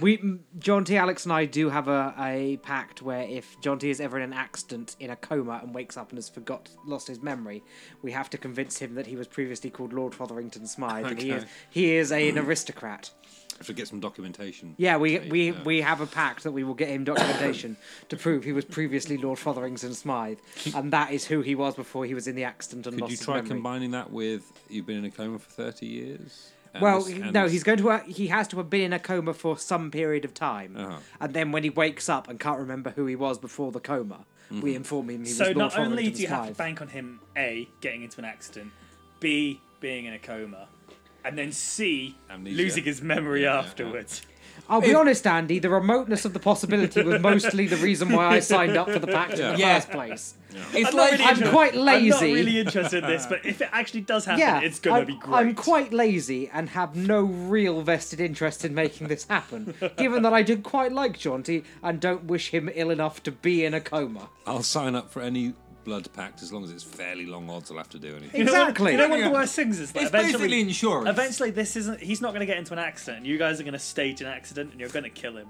Speaker 6: We, m- John T, Alex, and I do have a, a pact where if John T is ever in an accident in a coma and wakes up and has forgot, lost his memory, we have to convince him that he was previously called Lord Fotherington Smythe, and he is
Speaker 3: Okay.
Speaker 6: he is an aristocrat.
Speaker 3: I have to get some documentation.
Speaker 6: Yeah, we we,
Speaker 3: yeah.
Speaker 6: we have a pact that we will get him documentation to prove he was previously Lord Fotherington Smythe, and that is who he was before he was in the accident and
Speaker 3: Could
Speaker 6: lost
Speaker 3: you
Speaker 6: his
Speaker 3: try
Speaker 6: memory.
Speaker 3: combining that with you've been in a coma for thirty years? And
Speaker 6: Well,
Speaker 3: this-
Speaker 6: he-
Speaker 3: and
Speaker 6: no,
Speaker 3: this-
Speaker 6: he's going to. Uh, he has to have been in a coma for some period of time,
Speaker 3: Uh-huh.
Speaker 6: and then when he wakes up and can't remember who he was before the coma,
Speaker 3: Mm-hmm.
Speaker 6: we inform him he
Speaker 5: So
Speaker 6: was Lord
Speaker 5: not only
Speaker 6: Fotherington
Speaker 5: do you have to
Speaker 6: Smythe.
Speaker 5: bank on him a getting into an accident, b being in a coma, and then c
Speaker 3: Amnesia.
Speaker 5: losing his memory
Speaker 3: Yeah, yeah, yeah.
Speaker 5: afterwards.
Speaker 6: I'll be honest, Andy. The remoteness of the possibility was mostly the reason why I signed up for the pact in the
Speaker 4: Yeah.
Speaker 6: first place.
Speaker 4: It's
Speaker 2: not
Speaker 4: like
Speaker 2: really
Speaker 6: I'm
Speaker 2: interested-
Speaker 6: quite
Speaker 2: I'm not
Speaker 6: lazy.
Speaker 2: really interested in this, but if it actually does happen,
Speaker 6: Yeah,
Speaker 5: it's gonna
Speaker 6: I'm,
Speaker 5: be great.
Speaker 6: I'm quite lazy and have no real vested interest in making this happen, given that I do quite like Jaunty and don't wish him ill enough to be in a coma.
Speaker 3: I'll sign up for any blood pact as long as it's fairly long odds. I'll have to do anything.
Speaker 5: You know what-
Speaker 6: Exactly.
Speaker 5: You know what the worst things is that
Speaker 4: It's basically
Speaker 5: eventually,
Speaker 4: insurance.
Speaker 5: eventually this isn't. He's not going to get into an accident. and You guys are going to stage an accident, and you're going to kill him.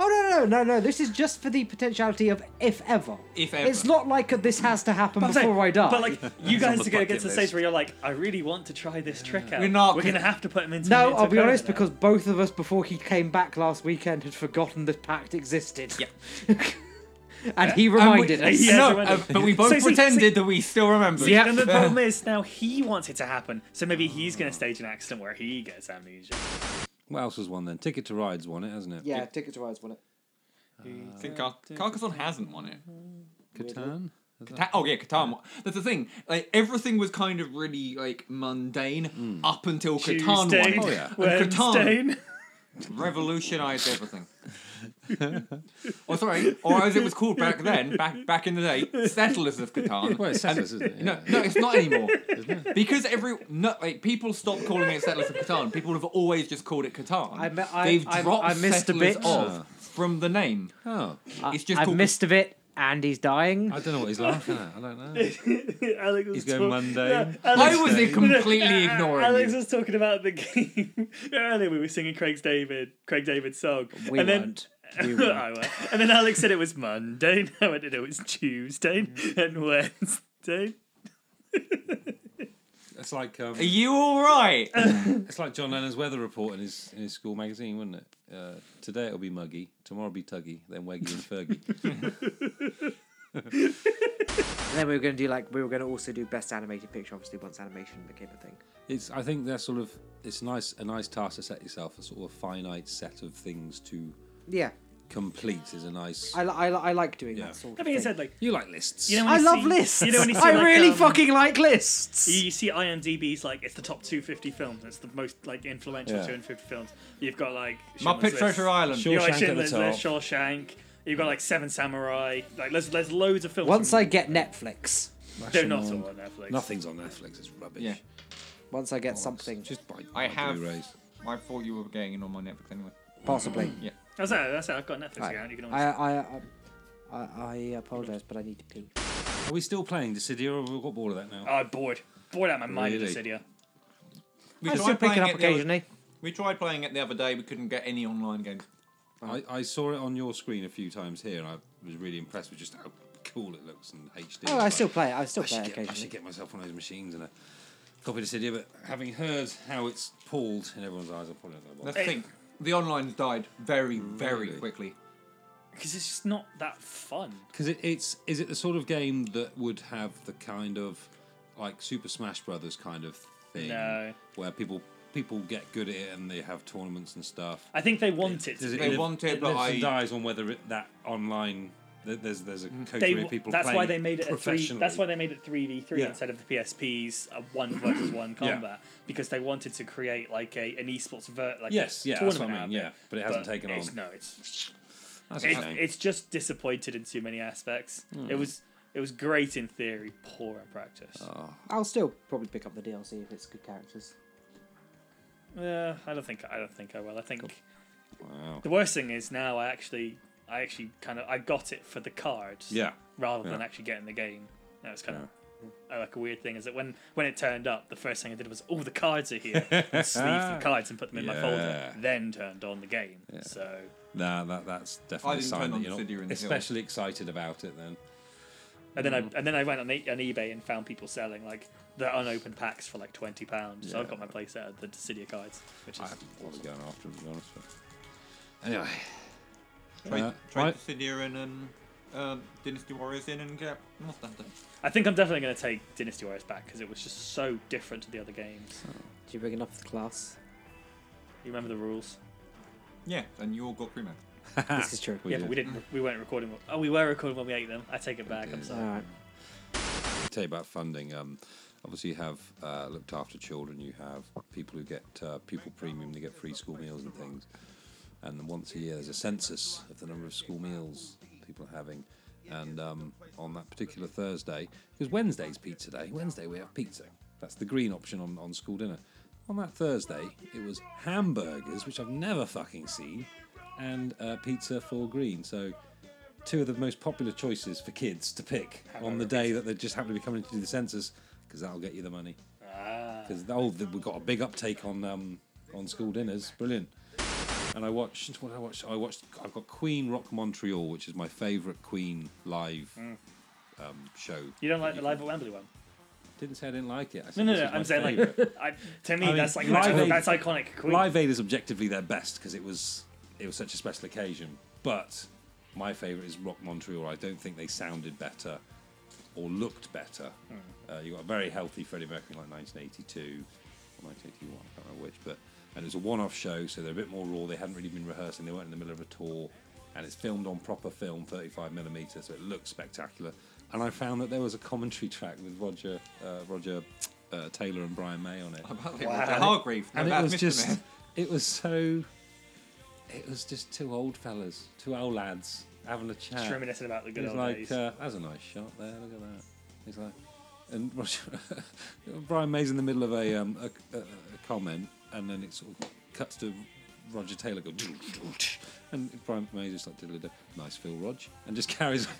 Speaker 6: Oh no no no no! This is just for the potentiality of if ever.
Speaker 4: If ever.
Speaker 6: It's not like a, this has to happen
Speaker 5: I'm
Speaker 6: before
Speaker 5: saying,
Speaker 6: I die.
Speaker 5: But like, you guys
Speaker 3: on the
Speaker 5: are going to get
Speaker 3: bucket
Speaker 5: to the
Speaker 3: list.
Speaker 5: stage where you're like, I really want to try this trick out.
Speaker 4: We're not-
Speaker 5: We're going to have to put him into.
Speaker 6: no,
Speaker 5: into
Speaker 6: I'll be
Speaker 5: a
Speaker 6: honest,
Speaker 5: coma now.
Speaker 6: because both of us before he came back last weekend had forgotten this pact existed.
Speaker 4: Yeah.
Speaker 6: and he reminded
Speaker 4: And we-
Speaker 6: us.
Speaker 5: Yeah,
Speaker 4: no,
Speaker 5: everyone-
Speaker 4: uh, but we both
Speaker 5: So, see,
Speaker 4: pretended
Speaker 5: see-
Speaker 4: that we still remembered.
Speaker 6: Yeah.
Speaker 5: And the problem is now he wants it to happen, so maybe he's going to stage an accident where he gets amnesia.
Speaker 3: What else was one then? Ticket to Ride's won it, hasn't it?
Speaker 6: Yeah, ticket to rides won it.
Speaker 4: I think Car- Carcassonne hasn't won it.
Speaker 3: Catan.
Speaker 4: Ta- oh yeah, Catan. won- That's the thing. Like everything was kind of really like mundane up until Catan won
Speaker 5: Tuesday,
Speaker 4: it.
Speaker 3: Oh, yeah.
Speaker 4: And Catan
Speaker 5: Wednesday.
Speaker 4: revolutionised everything. oh sorry, or as it was called back then, back back in the day, settlers of Catan.
Speaker 3: Well, it's settlers, isn't it?
Speaker 4: No,
Speaker 3: Yeah.
Speaker 4: no, it's not anymore. because every no, like people stopped calling it Settlers of Catan. People have always just called it Catan.
Speaker 6: I me- I-
Speaker 4: They've
Speaker 6: I-
Speaker 4: dropped
Speaker 6: I missed a
Speaker 4: Settlers
Speaker 6: bit.
Speaker 4: of from the name.
Speaker 3: Oh,
Speaker 4: It's just
Speaker 6: I've
Speaker 4: called
Speaker 6: missed a bit, and he's dying.
Speaker 3: I don't know what he's laughing at. I don't know.
Speaker 5: Alex was
Speaker 3: He's going
Speaker 5: talk-
Speaker 3: Monday.
Speaker 4: I was completely
Speaker 5: Ah,
Speaker 4: ignoring
Speaker 5: Alex
Speaker 4: you.
Speaker 5: was talking about the game earlier. We were singing Craig's David, Craig David's song,
Speaker 6: We
Speaker 5: and then. Uh,
Speaker 6: weren't.
Speaker 5: I were. And then Alex said it was Monday. No, I didn't. It was Tuesday and Wednesday.
Speaker 3: It's like um,
Speaker 4: Are you all right?
Speaker 3: it's like John Lennon's weather report in his in his school magazine, wasn't it? Uh, today it'll be muggy, tomorrow it'll be tuggy, then weggy and fergie.
Speaker 6: And then we were going to do like we were going to also do best animated picture, obviously once animation became a thing.
Speaker 3: It's I think that's sort of it's nice a nice task to set yourself a sort of finite set of things to
Speaker 6: Yeah,
Speaker 3: complete is a nice.
Speaker 6: I, li- I, li- I like doing
Speaker 3: Yeah.
Speaker 6: that sort of
Speaker 5: That being
Speaker 6: thing.
Speaker 5: said, like
Speaker 3: you like lists.
Speaker 5: you know, when
Speaker 6: I
Speaker 5: you
Speaker 6: love
Speaker 5: see-
Speaker 6: lists.
Speaker 5: You know, when you see,
Speaker 6: I
Speaker 5: like,
Speaker 6: really
Speaker 5: um,
Speaker 6: fucking like lists.
Speaker 5: You, you see IMDb's like it's the top 250 films. It's the most like influential
Speaker 3: Yeah.
Speaker 5: 250 films. You've got like
Speaker 4: Muppet
Speaker 5: Schindler's List.
Speaker 4: Treasure Island.
Speaker 3: Sure.
Speaker 5: You've got, like,
Speaker 3: Shawshank at the
Speaker 5: Schindler's List, Shawshank.
Speaker 2: You've got like Seven Samurai. Like there's there's loads of films.
Speaker 6: Once
Speaker 2: from-
Speaker 6: I get Netflix,
Speaker 2: they're not
Speaker 3: Rational.
Speaker 2: all on Netflix.
Speaker 3: Nothing's on Netflix. It's rubbish.
Speaker 4: Yeah.
Speaker 6: once I get something,
Speaker 3: Oh, Just buy.
Speaker 4: I
Speaker 3: buy
Speaker 4: have.
Speaker 3: Blu-rays.
Speaker 4: I thought you were getting it on my Netflix anyway.
Speaker 6: possibly.
Speaker 2: That's how, that's how I've got a Netflix
Speaker 6: Right.
Speaker 2: account. You can
Speaker 6: I, uh,
Speaker 2: always.
Speaker 6: I, I, I, I apologize, but I need to pee.
Speaker 3: Are we still playing Dissidia or have we got bored of that now?
Speaker 2: Oh, bored. Bored out of my mind with
Speaker 3: Really?
Speaker 2: Dissidia.
Speaker 4: We
Speaker 6: I
Speaker 4: tried
Speaker 6: still pick
Speaker 4: playing
Speaker 6: it up
Speaker 4: the other-
Speaker 6: occasionally.
Speaker 4: we tried playing it the other day. We couldn't get any online games.
Speaker 3: I, I saw it on your screen a few times here, and I was really impressed with just how cool it looks and HD.
Speaker 6: Oh, I still play it. I still
Speaker 3: I
Speaker 6: play
Speaker 3: should,
Speaker 6: it
Speaker 3: get, I should
Speaker 6: occasionally.
Speaker 3: get myself one of those machines and a copy of Dissidia. But having heard how it's pulled in everyone's eyes, I'm probably not going to
Speaker 4: That's
Speaker 3: bother.
Speaker 4: the thing. The online's died very, very
Speaker 3: Really?
Speaker 4: quickly.
Speaker 2: Because it's just not that fun.
Speaker 3: Because it, it's is it the sort of game that would have the kind of like Super Smash Brothers kind of thing,
Speaker 2: No.
Speaker 3: where people people get good at it and they have tournaments and stuff.
Speaker 2: I think they want it.
Speaker 3: Does it
Speaker 4: They
Speaker 3: live-
Speaker 4: want it, but
Speaker 3: lives and
Speaker 4: I-
Speaker 3: dies on whether it, that online th- there's there's a coterie
Speaker 2: Mm. They,
Speaker 3: of people.
Speaker 2: that's
Speaker 3: playing
Speaker 2: why they made it a three.
Speaker 3: professionally.
Speaker 2: That's why they made it three v three
Speaker 3: Yeah.
Speaker 2: instead of the PSP's a one versus one
Speaker 3: Yeah.
Speaker 2: combat because they wanted to create like a an esports ver- like
Speaker 3: Yes, yeah, that's
Speaker 2: tournament
Speaker 3: what I
Speaker 2: out
Speaker 3: mean.
Speaker 2: of
Speaker 3: Yeah,
Speaker 2: it.
Speaker 3: but it hasn't
Speaker 2: But
Speaker 3: taken
Speaker 2: it's,
Speaker 3: on.
Speaker 2: No, it's
Speaker 3: That's a
Speaker 2: it's,
Speaker 3: shame.
Speaker 2: it's just disappointed in too many aspects.
Speaker 3: Hmm.
Speaker 2: It was it was great in theory, poor in practice.
Speaker 3: Ah.
Speaker 6: I'll still probably pick up the DLC if it's good characters.
Speaker 2: Yeah, I don't think I don't think I will. I think
Speaker 3: Wow.
Speaker 2: the worst thing is now I actually I actually kind of I got it for the cards.
Speaker 3: Yeah.
Speaker 2: rather than
Speaker 3: Yeah.
Speaker 2: actually getting the game. That was kind of like a weird thing. Is that when when it turned up, the first thing I did was, "Oh, the cards are here." and sneezed the cards and put them in my folder.
Speaker 3: Yeah.
Speaker 2: Then turned on the game. So
Speaker 3: Nah, that that's definitely a
Speaker 4: didn't
Speaker 3: sign
Speaker 4: turn
Speaker 3: that
Speaker 4: on
Speaker 3: you're
Speaker 4: Cydia in
Speaker 3: not
Speaker 4: the
Speaker 3: especially excited about it. Then
Speaker 2: and then I and then I went on, e- on eBay and found people selling like the unopened packs for like twenty pounds. So I've got my playset of the Dissidia cards, which
Speaker 3: I
Speaker 2: is
Speaker 3: was going after him, to be honest. With you. Anyway,
Speaker 4: Trade,
Speaker 3: Uh,
Speaker 4: trade
Speaker 3: right.
Speaker 4: Cydia in and um, Dynasty Warriors in and get Monster Hunter.
Speaker 2: I think I'm definitely going to take Dynasty Warriors back because it was just so different to the other games.
Speaker 6: Do you bring enough the class?
Speaker 2: You remember the rules?
Speaker 4: Yeah, and you all got Primo.
Speaker 6: This is true.
Speaker 3: we
Speaker 2: yeah,
Speaker 3: did.
Speaker 2: but we didn't. We weren't recording. when- Oh, we were recording when we ate them. I take it back. I'm
Speaker 3: did.
Speaker 2: sorry.
Speaker 6: All right.
Speaker 3: tell you about funding. Um, obviously, you have uh, looked after children. You have people who get uh, pupil premium. They get free school meals and things. And then once a year, there's a census of the number of school meals people are having. And um, on that particular Thursday, because Wednesday's pizza day. Wednesday we have pizza. That's the green option on, on school dinner. On that Thursday, it was hamburgers, which I've never fucking seen, and uh, pizza for green. So two of the most popular choices for kids to pick on the day that they just happen to be coming to do the census because that'll get you the money.
Speaker 2: Ah.
Speaker 3: Because oh, th- we've got a big uptake on um, on school dinners. Brilliant. And I watched what did I watched. I watched. I've got Queen Rock Montreal, which is my favourite Queen live um, show.
Speaker 2: Hmm. You don't like the live at Wembley one?
Speaker 3: Didn't say I didn't like it. I
Speaker 2: No,
Speaker 3: said
Speaker 2: no,
Speaker 3: this
Speaker 2: no.
Speaker 3: is my
Speaker 2: I'm saying
Speaker 3: favourite.
Speaker 2: like, I, to me,
Speaker 3: I mean,
Speaker 2: that's like
Speaker 3: Live Aid-
Speaker 2: that's, that's iconic. Queen.
Speaker 3: Live Aid is objectively their best because it was it was such a special occasion. But my favourite is Rock Montreal. I don't think they sounded better or looked better. Uh, you got a very healthy Freddie Mercury in like 1982 or 1981, I can't remember which. But and it was a one-off show, so they're a bit more raw. They hadn't really been rehearsing. They weren't in the middle of a tour, and it's filmed on proper film, 35 millimeter, so it looks spectacular. And I found that there was a commentary track with Roger uh, Roger uh, Taylor and Brian May on it
Speaker 4: About wow. Roger Hargreave. No,
Speaker 3: and it
Speaker 4: that's
Speaker 3: was
Speaker 4: Mr.
Speaker 3: just
Speaker 4: Man.
Speaker 3: it was so it was just two old fellas two old lads having a chat
Speaker 2: Just reminiscing about the
Speaker 3: it
Speaker 2: good
Speaker 3: was
Speaker 2: old
Speaker 3: like
Speaker 2: days.
Speaker 3: uh, that was a nice shot there look at that he's like and Roger, Brian May's in the middle of a, um, a, a, a comment and then it sort of cuts to Roger Taylor go and Brian May just like diddly-do, nice Phil Rog and just carries on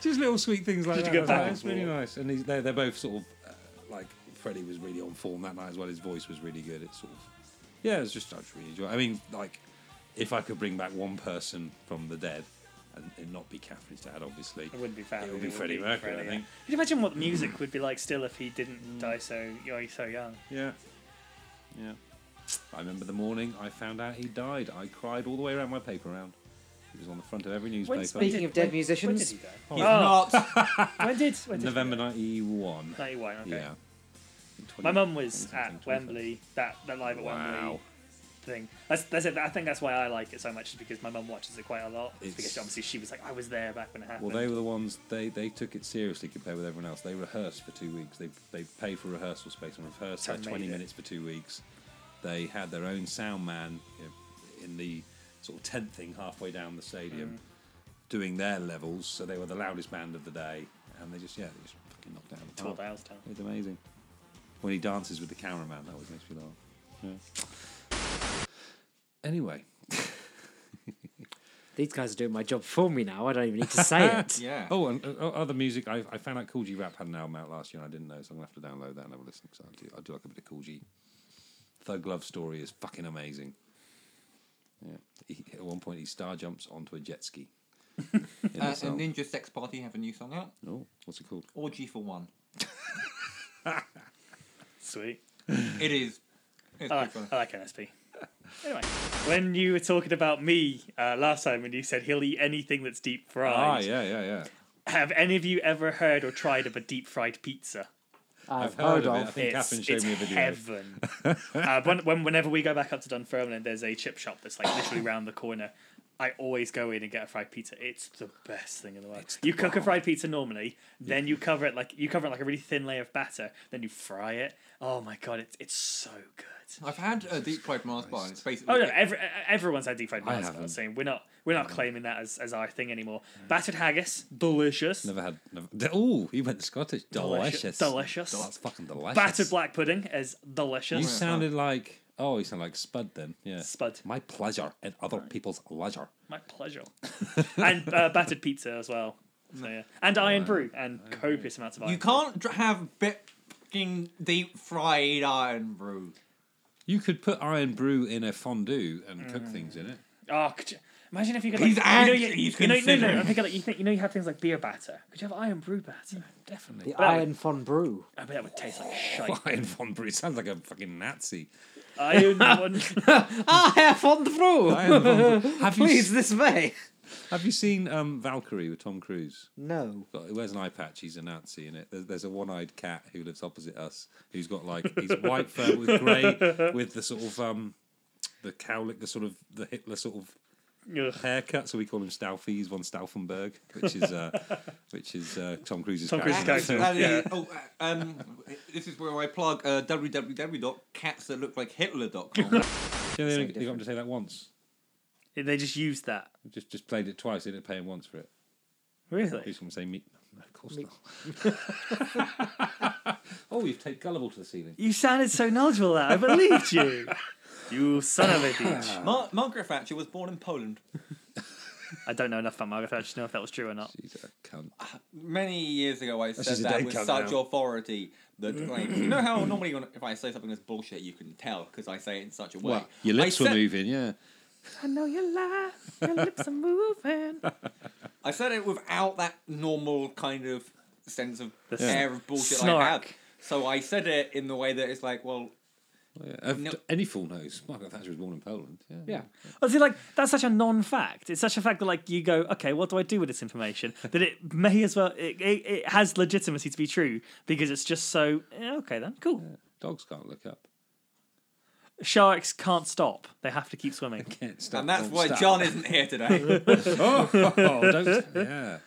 Speaker 3: just little sweet things like
Speaker 2: Just to
Speaker 3: that.
Speaker 2: go
Speaker 3: I was
Speaker 2: back and
Speaker 3: like, It's really nice, and he's, they're, they're both sort of uh, like Freddie was really on form that night as well. His voice was really good. It's sort of yeah, it's just I just really enjoy. I mean, like if I could bring back one person from the dead and, and not be Catherine's dad, obviously,
Speaker 2: it wouldn't be family.
Speaker 3: it would be Freddie Mercury. I think.
Speaker 2: Can you imagine what the music would be like still if he
Speaker 3: Mm.
Speaker 2: didn't die so young, so young?
Speaker 3: Yeah, yeah. I remember the morning I found out he died. I cried all the way around my paper round. It was on the front of every newspaper.
Speaker 6: Speaking of dead
Speaker 2: When did
Speaker 6: musicians,
Speaker 2: he die?
Speaker 4: He's
Speaker 2: Oh.
Speaker 4: not.
Speaker 2: When did? When did
Speaker 3: November '91.
Speaker 2: He die? 91, okay.
Speaker 3: Yeah.
Speaker 2: My mum was
Speaker 3: 20,
Speaker 2: at
Speaker 3: 25.
Speaker 2: Wembley. That that live at Wembley
Speaker 3: Wow.
Speaker 2: thing. That's that's it. I think that's why I like it so much is because my mum watches it quite a lot. It's
Speaker 3: It's-
Speaker 2: because obviously she was like, I was there back when it happened.
Speaker 3: Well, they were the ones they, they took it seriously compared with everyone else. They rehearsed for two weeks. They they paid for rehearsal space and rehearsed
Speaker 2: So
Speaker 3: like
Speaker 2: made
Speaker 3: twenty
Speaker 2: it.
Speaker 3: minutes for two weeks. They had their own sound man you know, in the sort of tent thing halfway down the stadium,
Speaker 2: Mm.
Speaker 3: doing their levels. So they were the loudest band of the day, and they just yeah, they just fucking knocked it out of the
Speaker 2: Tore
Speaker 3: park.
Speaker 2: the house down.
Speaker 3: It's amazing. When he dances with the cameraman, that always makes me laugh. Yeah. Anyway,
Speaker 6: These guys are doing my job for me now. I don't even need to say it.
Speaker 4: Yeah.
Speaker 3: Oh, and uh, oh, other music. I, I found out Cool G Rap had an album out last year, and I didn't know, so I'm gonna have to download that and have a listen. Because I do, I do like a bit of Cool G. Thug Love Story is fucking amazing. Yeah. He, at one point, he star jumps onto a jet ski. in the
Speaker 4: Uh, and
Speaker 3: song.
Speaker 4: Ninja Sex Party have a new song out.
Speaker 3: oh, what's it called?
Speaker 4: Orgy for One.
Speaker 2: Sweet.
Speaker 4: It is. It's pretty
Speaker 2: I like,
Speaker 4: fun.
Speaker 2: Oh, I like NSP. Anyway, when you were talking about me uh, last time, when you said he'll eat anything that's deep
Speaker 3: Ah,
Speaker 2: fried,
Speaker 3: yeah, yeah, yeah.
Speaker 2: have any of you ever heard or tried of a deep fried pizza?
Speaker 6: Uh,
Speaker 3: I've heard of it. I think
Speaker 2: It's,
Speaker 3: Catherine showed
Speaker 2: it's
Speaker 3: me a video.
Speaker 2: heaven. uh, when, when, whenever we go back up to Dunfermline, there's a chip shop that's like literally round the corner. I always go in and get a fried pizza. It's the best thing in the world. you cook a fried pizza normally, then you cover it like you cover it like a really thin layer of batter, then you fry it. Oh my god, it's it's so good.
Speaker 4: I've had a deep fried Mars bar. and It's basically.
Speaker 2: Oh no, every, e- everyone's had deep fried Mars. I'm
Speaker 3: haven't.
Speaker 2: saying we're not we're not claiming that as, as our thing anymore. Battered haggis, delicious.
Speaker 3: Never had. Never, oh, he went Scottish.
Speaker 2: Delicious.
Speaker 3: Delicious. Oh,
Speaker 2: Delicious.
Speaker 3: That's fucking delicious.
Speaker 2: Battered black pudding is
Speaker 3: You
Speaker 2: delicious.
Speaker 3: sounded like. Oh, you sound like Spud then. Yeah.
Speaker 2: Spud.
Speaker 3: My pleasure and other people's leisure.
Speaker 2: My pleasure. and uh, battered pizza as well. So, yeah. And iron brew and copious amounts of iron.
Speaker 4: You can't dr- have bit fucking deep fried iron brew.
Speaker 3: You could put iron brew in a fondue and
Speaker 2: Mm.
Speaker 3: cook things in it.
Speaker 2: Brew. Oh, could you- imagine if you could. Like,
Speaker 4: He's
Speaker 2: you know, you,
Speaker 4: actually- he's
Speaker 2: you know, no, no,
Speaker 4: considering.
Speaker 2: I'm thinking like you think you know you have things like beer batter. Could you have iron brew batter?
Speaker 3: Definitely.
Speaker 6: The Iron Von Brew.
Speaker 2: I bet that would taste like shite.
Speaker 3: Iron von Brew sounds like a fucking Nazi.
Speaker 2: iron one.
Speaker 6: Iron Von Brew!
Speaker 3: Iron von Brew. Have you
Speaker 6: Please,
Speaker 3: s-
Speaker 6: this way.
Speaker 3: have you seen um, Valkyrie with Tom Cruise?
Speaker 6: No.
Speaker 3: Got, he wears an eye patch. He's a Nazi in it. There's, there's a one-eyed cat who lives opposite us. Who's got like he's white fur with grey with the sort of um the cowlick, the sort of the Hitler sort of
Speaker 2: Ugh.
Speaker 3: haircut. So we call him Stauffy. He's von Stauffenberg, which is uh, which is uh, Tom Cruise's
Speaker 2: Tom Cruise's
Speaker 3: character.
Speaker 2: character.
Speaker 4: Uh, the-
Speaker 2: Yeah.
Speaker 4: oh, uh, um, this is where I plug uh, www.catsthatlooklikehitler.com.
Speaker 3: Yeah, they, only- they got him to say that once.
Speaker 2: They just used that.
Speaker 3: Just just played it twice. They didn't pay him once for it.
Speaker 2: Really?
Speaker 3: Who's going to say meat? No, of course not. oh, you've taped gullible to the ceiling.
Speaker 2: You sounded so knowledgeable that I believed you. You son of a bitch.
Speaker 4: Mar- Margaret Thatcher was born in Poland.
Speaker 2: I don't know enough about Margaret Thatcher to know if that was true or not.
Speaker 3: She's a cunt.
Speaker 4: Many years ago, I
Speaker 3: she's
Speaker 4: said
Speaker 3: a
Speaker 4: that
Speaker 3: dead
Speaker 4: with
Speaker 3: cunt
Speaker 4: such
Speaker 3: now.
Speaker 4: authority that, like, you know how normally when, if I say something that's bullshit, you can tell because I say it in such a way.
Speaker 3: Well, your lips
Speaker 4: I
Speaker 3: were
Speaker 4: said-
Speaker 3: moving, yeah.
Speaker 2: I know you lie. Your lips are moving.
Speaker 4: I said it without that normal kind of sense of
Speaker 2: The
Speaker 4: air of bullshit I have.
Speaker 2: snark.
Speaker 4: So I said it in the way that it's like, well,
Speaker 3: Oh, yeah. If-
Speaker 4: No.
Speaker 3: Any fool knows Margaret Thatcher was born in Poland. Yeah.
Speaker 6: Yeah.
Speaker 2: I Oh, see, like that's such a non-fact. It's such a fact that like you go, okay, what do I do with this information? That it may as well it, it, it has legitimacy to be true because it's just so eh, okay then cool.
Speaker 3: Dogs can't look up.
Speaker 2: Sharks can't stop; they have to keep swimming.
Speaker 3: Can't stop.
Speaker 4: and that's
Speaker 3: won't
Speaker 4: why
Speaker 3: stop.
Speaker 4: John isn't here today.
Speaker 3: Oh, don't. Yeah.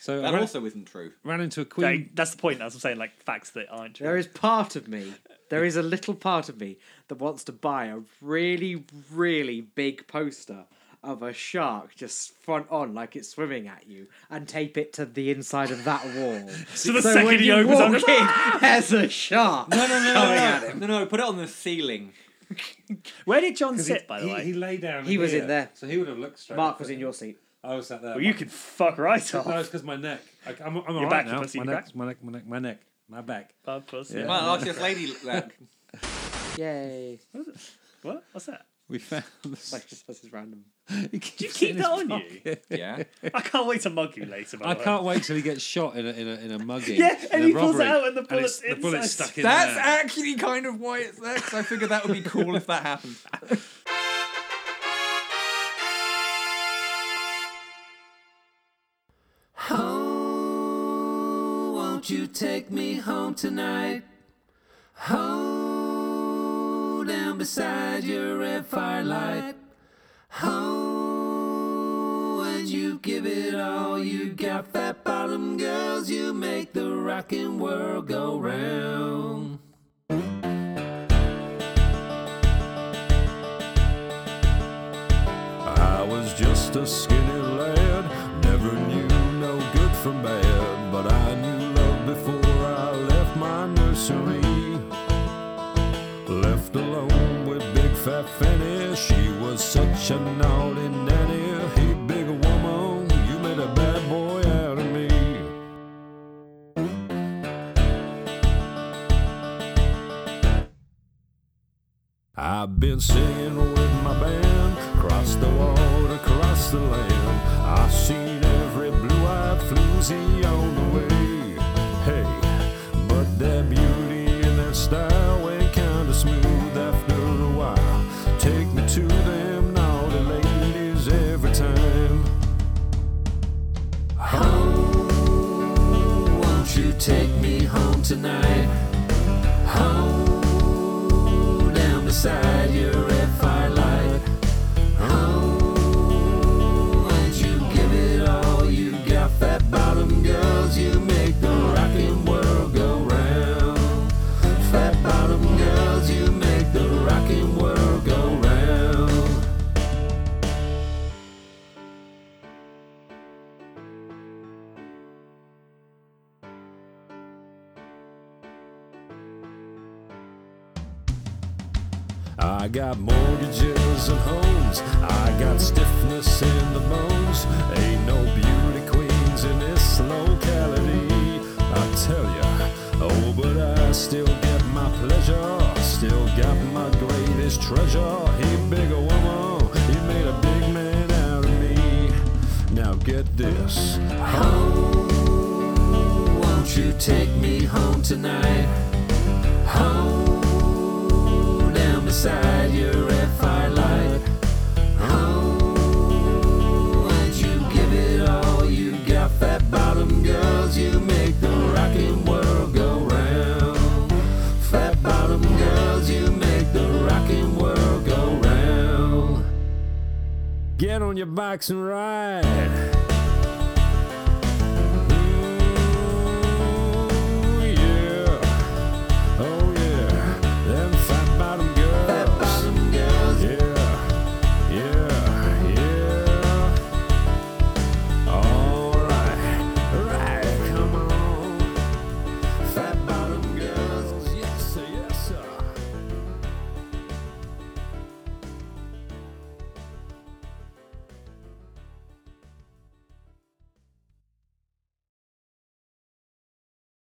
Speaker 3: So I
Speaker 4: that
Speaker 3: ran,
Speaker 4: also isn't true.
Speaker 3: ran into a
Speaker 2: Like,
Speaker 3: queen.
Speaker 2: that's the point. As I'm saying, like facts that aren't true.
Speaker 6: There is part of me, there is a little part of me that wants to buy a really, really big poster of a shark just front on like it's swimming at you and tape it to the inside of that wall.
Speaker 2: so the second he opens up,
Speaker 6: walk in, there's a shark.
Speaker 4: No, no, no, no, no, no, no, put it on the ceiling.
Speaker 2: where did John sit? by the
Speaker 3: he,
Speaker 2: way,
Speaker 3: he lay down.
Speaker 6: He was in
Speaker 3: here,
Speaker 6: there.
Speaker 3: so he would have looked straight.
Speaker 6: Mark was in your seat.
Speaker 3: I was sat there.
Speaker 2: well, you
Speaker 3: My-
Speaker 2: can fuck right off.
Speaker 3: No, it's because my neck. I, I'm, I'm all
Speaker 2: back,
Speaker 3: right
Speaker 2: you
Speaker 3: now.
Speaker 2: pussy,
Speaker 3: my,
Speaker 2: you're
Speaker 3: neck, my neck, my neck, my neck, my back.
Speaker 2: Bad pussy.
Speaker 3: Yeah.
Speaker 4: My largest lady, like,
Speaker 6: Yay.
Speaker 2: What? What's that?
Speaker 3: We found. This.
Speaker 6: Like, just, that's just random.
Speaker 2: Do you keep that on you?
Speaker 4: yeah.
Speaker 2: I can't wait to mug you later. By
Speaker 3: I
Speaker 2: the way.
Speaker 3: can't wait till he gets shot in a in a, in a mugging.
Speaker 2: Yeah, and
Speaker 3: in a
Speaker 2: he pulls it
Speaker 3: robbery,
Speaker 2: out and the bullet's
Speaker 3: it's- the bullet's
Speaker 2: inside.
Speaker 3: stuck in
Speaker 4: That's
Speaker 3: there.
Speaker 4: actually kind of why it's there, 'cause I figured that would be cool if that happened.
Speaker 8: won't you take me home tonight? Home down beside your red firelight. Home when you give it all you got, fat bottom girls, you make the rockin' world go round. a skinny lad. Never knew no good from bad, but I knew love before I left my nursery. Left alone with Big Fat Fanny, she was such a naughty nanny. Hey, big woman, you made a bad boy out of me. I've been singing with my band, across the water, across the land. I've seen every blue-eyed floozy on the way. Hey, but their beauty and their style went kinda smooth after a while. Take me to them naughty ladies every time. Oh, won't you take me home tonight? Oh, down beside your red firelight. Oh, won't you give it all you got, fat bottom girls? You make the rockin' world go round. Fat bottom girls, you make the rockin' world go round. I got mortgages and homes. I got stiffness in the bones. Ain't no beauty queens in this locality. I tell ya, oh, but I still get my pleasure. Still got my greatest treasure. He big a woman, he made a big man out of me. Now get this. Home, won't you take me home tonight? Home, down beside your red firelight. Home, Oh, won't you give it all you got, fat bottom girls? You make the rockin' world go round. Fat bottom girls, you make the rockin' world go round. Get on your bikes and ride. Oh,